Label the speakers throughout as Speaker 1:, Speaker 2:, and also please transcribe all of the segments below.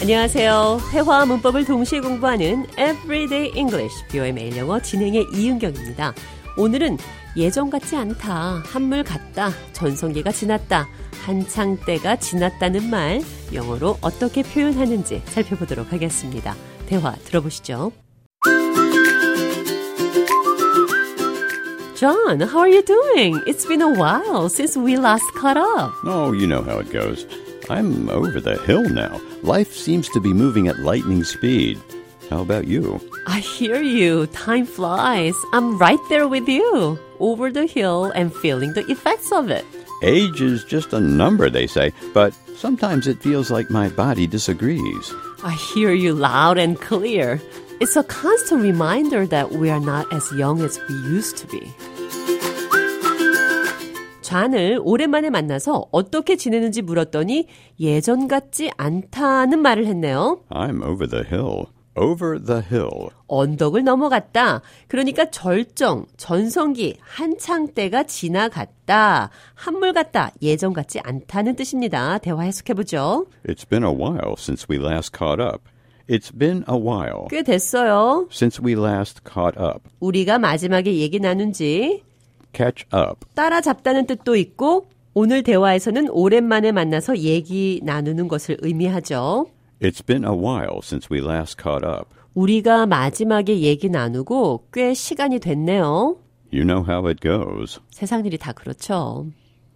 Speaker 1: 안녕하세요. 회화와 문법을 동시에 공부하는 Everyday English, 비오의 매일 영어 진행의 이은경입니다. 오늘은 예전 같지 않다, 한물 같다, 전성기가 지났다, 한창 때가 지났다는 말 영어로 어떻게 표현하는지 살펴보도록 하겠습니다. 대화 들어보시죠. John, how are you doing? It's been a while since we last caught up.
Speaker 2: Oh, you know how it goes. I'm over the hill now. Life seems to be moving at lightning speed. How about you?
Speaker 1: I hear you. Time flies. I'm right there with you. Over the hill and feeling the effects of it.
Speaker 2: Age is just a number, they say, but sometimes it feels like my body disagrees.
Speaker 1: I hear you loud and clear. It's a constant reminder that we are not as young as we used to be. 좌는 오랜만에 만나서 어떻게 지내는지 물었더니 예전 같지 않다는 말을 했네요.
Speaker 2: I'm over the hill. Over the hill.
Speaker 1: 언덕을 넘어갔다. 그러니까 절정, 전성기, 한창 때가 지나갔다. 한물 같다, 예전 같지 않다는 뜻입니다. 대화 해석해보죠.
Speaker 2: It's been a while since we last caught up. It's been a while
Speaker 1: 꽤 됐어요.
Speaker 2: since we last caught up.
Speaker 1: 우리가 마지막에 얘기 나눈지
Speaker 2: Catch up.
Speaker 1: 따라잡다는 뜻도 있고 오늘 대화에서는 오랜만에 만나서 얘기 나누는 것을 의미하죠.
Speaker 2: It's been a while since we last caught up.
Speaker 1: 우리가 마지막에 얘기 나누고 꽤 시간이 됐네요.
Speaker 2: You know how it goes.
Speaker 1: 세상 일이 다 그렇죠.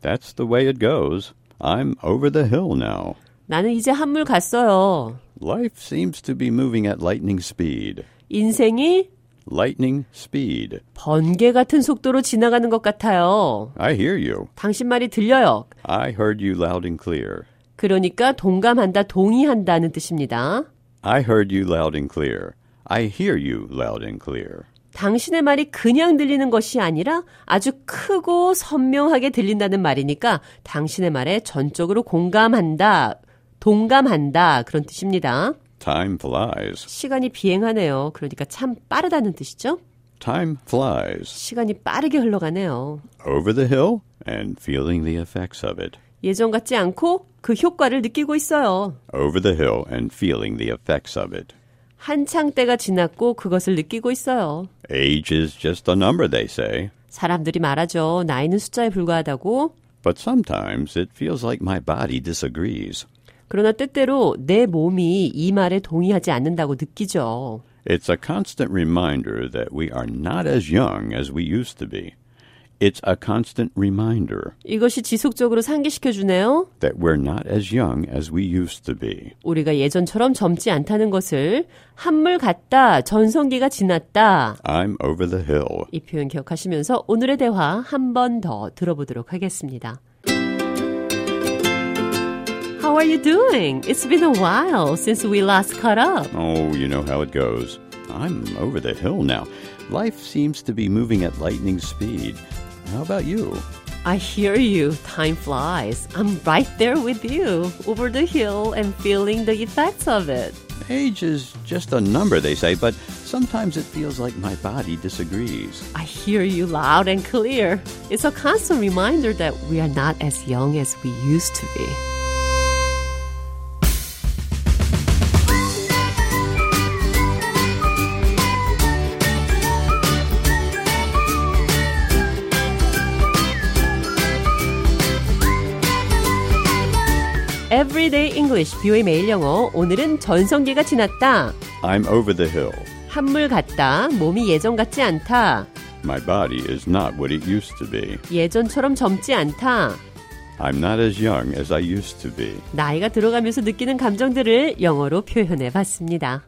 Speaker 2: That's the way it goes. I'm over the hill now.
Speaker 1: 나는 이제 한물 갔어요.
Speaker 2: Life seems to be moving at lightning speed.
Speaker 1: 인생이
Speaker 2: Lightning speed.
Speaker 1: 번개 같은 속도로 지나가는 것 같아요.
Speaker 2: I hear you.
Speaker 1: 당신 말이 들려요.
Speaker 2: I heard you loud and clear.
Speaker 1: 그러니까 동감한다, 동의한다는 뜻입니다.
Speaker 2: I heard you loud and clear. I hear you loud and clear.
Speaker 1: 당신의 말이 그냥 들리는 것이 아니라 아주 크고 선명하게 들린다는 말이니까 당신의 말에 전적으로 공감한다, 동감한다 그런 뜻입니다.
Speaker 2: Time flies.
Speaker 1: 시간이 비행하네요. 그러니까 참 빠르다는 뜻이죠.
Speaker 2: Time flies.
Speaker 1: 시간이 빠르게 흘러가네요.
Speaker 2: Over the hill and feeling the effects of it.
Speaker 1: 예전 같지 않고 그 효과를 느끼고 있어요.
Speaker 2: Over the hill and feeling the effects of it.
Speaker 1: 한창 때가 지났고 그것을 느끼고 있어요.
Speaker 2: Age is just a number, they say.
Speaker 1: 사람들이 말하죠. 나이는 숫자에 불과하다고.
Speaker 2: But sometimes it feels like my body disagrees.
Speaker 1: 그러나 때때로 내 몸이 이 말에 동의하지 않는다고 느끼죠.
Speaker 2: It's a constant reminder that we are not as young as we used to be. It's a constant reminder
Speaker 1: 이것이 지속적으로 상기시켜 주네요.
Speaker 2: that we're not as young as we used to be.
Speaker 1: 우리가 예전처럼 젊지 않다는 것을 한물 같다, 전성기가 지났다.
Speaker 2: I'm over the hill.
Speaker 1: 이 표현 기억하시면서 오늘의 대화 한 번 더 들어보도록 하겠습니다. How are you doing? It's been a while since we last caught up.
Speaker 2: Oh, you know how it goes. I'm over the hill now. Life seems to be moving at lightning speed. How about you?
Speaker 1: I hear you. Time flies. I'm right there with you. Over the hill and feeling the effects of it.
Speaker 2: Age is just a number, they say, but sometimes it feels like my body disagrees.
Speaker 1: I hear you loud and clear. It's a constant reminder that we are not as young as we used to be. Everyday English, 뷰의 매일 영어. 오늘은 전성기가 지났다.
Speaker 2: I'm over the hill.
Speaker 1: 한물 같다. 몸이 예전 같지 않다.
Speaker 2: My body is not what it used to be.
Speaker 1: 예전처럼 젊지 않다.
Speaker 2: I'm not as young as I used to be.
Speaker 1: 나이가 들어가면서 느끼는 감정들을 영어로 표현해 봤습니다.